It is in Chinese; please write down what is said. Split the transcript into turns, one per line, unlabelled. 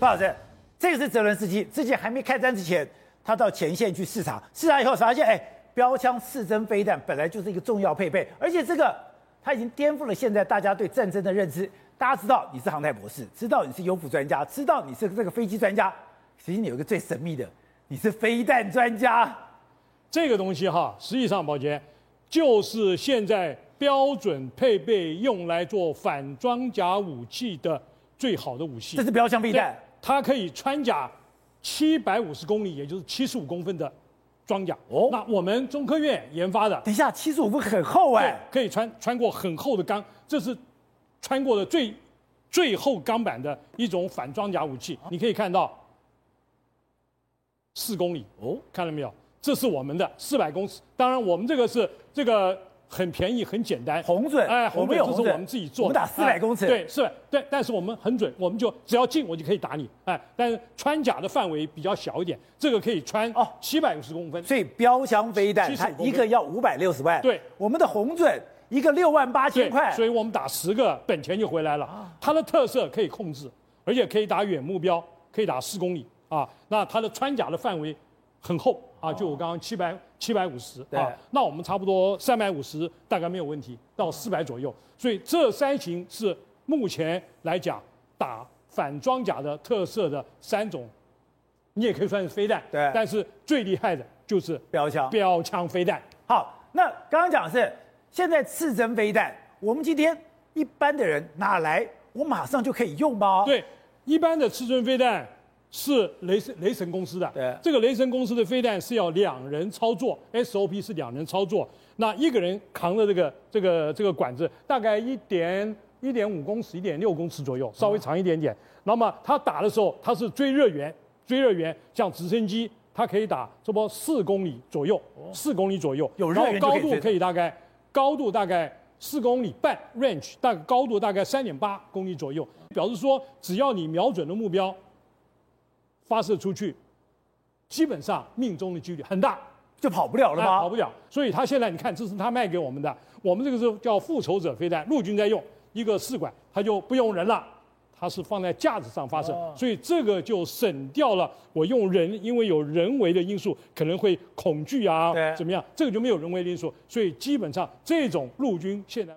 潘老师，这个是泽伦斯基之前还没开战之前，他到前线去视察，视察以后发现，哎，标枪、刺针、飞弹本来就是一个重要配备，而且这个他已经颠覆了现在大家对战争的认知。大家知道你是航太博士，知道你是优辅专家，知道你是这个飞机专家，其实你有一个最神秘的，你是飞弹专家。
这个东西哈，实际上宝杰就是现在标准配备用来做反装甲武器的最好的武器
这。是标枪飞弹，
它可以穿甲七百五十公里，也就是七十五公分的装甲。
哦
那我们中科院研发的，
等一下七十五分很厚哎、
对，可以穿穿过很厚的钢，这是穿过的最最厚钢板的一种反装甲武器。
啊
你可以看到四公里哦，看到没有？这是我们的四百公尺，当然我们这个是这个很便宜很简单，
红准
哎，
我
红
们
准
有
这
红
是
准
我们自己做的，
我们打400
哎
公尺
对，是，对，但是我们很准，我们就只要近我就可以打你，哎，但是穿甲的范围比较小一点，这个可以穿
哦
七百五十公分，
所以标枪飞弹
75
它
公分
一个要五百六十万，
对，
我们的红准一个六万八千
对，
块
所，以我们打十个本钱就回来
啊
了。它的特色可以控制，而且可以打远目标，可以打四公里啊。那它的穿甲的范围很厚啊，就我刚刚七百七百五十
哦对
啊，那我们差不多三百五十大概没有问题，到四百左右。所以这三型是目前来讲打反装甲的特色的三种，你也可以算是飞弹，
对
但是最厉害的就是
标枪。
标枪飞弹。
好，那刚刚讲的是现在刺针飞弹，我们今天一般的人哪来？我马上就可以用吗？，
对，一般的刺针飞弹是雷神雷神公司的，
对
这个雷神公司的飞弹是要两人操作，SOP 是两人操作，那一个人扛着这个这个这个管子，大概一点一点五公尺、一点六公尺左右，稍微长一点点。那么他打的时候，他是追热源，追热源像直升机，它可以打这么四公里左右，四公里左右，
有热
然后
源就可
高
以
度
追
可以大概高度大概四公里半 range，大概高度大概三点八公里左右，表示说只要你瞄准了目标，发射出去，基本上命中的几率很大，
就跑不了了
哎
吗？
跑不了。所以他现在你看，这是他卖给我们的，我们这个是叫复仇者飞弹，陆军在用一个试管，它就不用人了。它是放在架子上发射，
哦
所以这个就省掉了我用人，因为有人为的因素可能会恐惧啊
对，
怎么样，这个就没有人为的因素，所以基本上这种陆军现在。